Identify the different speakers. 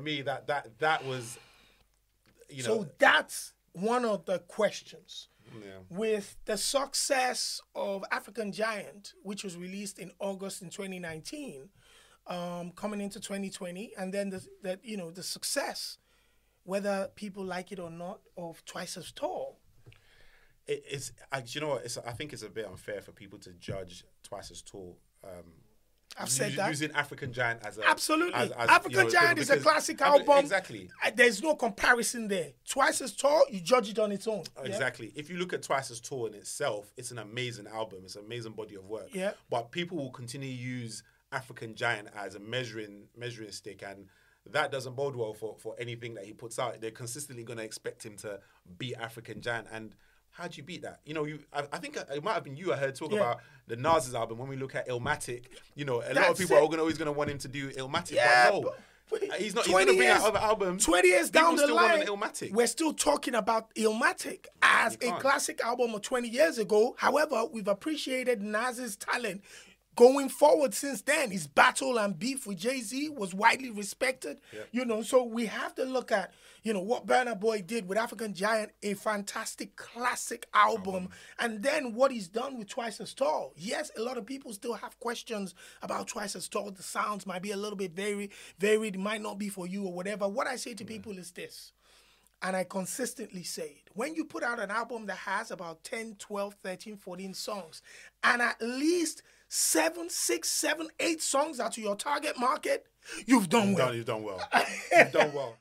Speaker 1: me that that that was you know
Speaker 2: So that's one of the questions.
Speaker 1: yeah.
Speaker 2: With the success of African Giant, which was released in August in 2019, um, coming into 2020, and then the, the you know the success, whether people like it or not, of Twice as Tall.
Speaker 1: it, it's I, do you know what it's I think it's a bit unfair for people to judge twice as tall. Um,
Speaker 2: I've said
Speaker 1: us-
Speaker 2: that.
Speaker 1: using African Giant as a
Speaker 2: Absolutely.
Speaker 1: as- as, you
Speaker 2: African
Speaker 1: know,
Speaker 2: Giant is a
Speaker 1: because-
Speaker 2: classic
Speaker 1: I mean,
Speaker 2: album.
Speaker 1: Exactly,
Speaker 2: Uh, There's no comparison there. Twice as tall, you judge it on its own. yeah?
Speaker 1: exactly. If you look at Twice as Tall in itself, it's an amazing album. It's an amazing body of work.
Speaker 2: Yeah.
Speaker 1: But people will continue to use African Giant as a measuring measuring stick, and that doesn't bode well for for anything that he puts out. They're consistently going to expect him to beat African Giant and. How do you beat that? You know, you. I, I think it might have been you I heard talk
Speaker 2: Yeah.
Speaker 1: about the Nas's album. When we look at Illmatic, you know, a lot of
Speaker 2: That's
Speaker 1: people
Speaker 2: it.
Speaker 1: are gonna, always going to want him to do Illmatic.
Speaker 2: Yeah,
Speaker 1: but no,
Speaker 2: but- but
Speaker 1: he's not. He's going to
Speaker 2: 20
Speaker 1: bring out
Speaker 2: years-
Speaker 1: other albums.
Speaker 2: 20 years
Speaker 1: People
Speaker 2: down the
Speaker 1: still want an
Speaker 2: line,
Speaker 1: Illmatic.
Speaker 2: we're still talking about Illmatic as a
Speaker 1: can't.
Speaker 2: classic album of 20 years ago. However, we've appreciated Nas's talent going forward since then. His battle and beef with Jay Z was widely respected, you know. So we have to look at, you know, what Burna Boy did with African Giant, a fantastic classic album, and then what he's done with Twice as Tall. Yes, a lot of people still have questions about Twice as Tall. The sounds might be a little bit very varied, might not be for you or whatever. What I say to people is this and I consistently say it. When you put out an album that has about 10, 12, 13, 14 songs, and at least seven, six, seven, eight songs are to your target market, you've done well.
Speaker 1: done, you've done well. you've done well.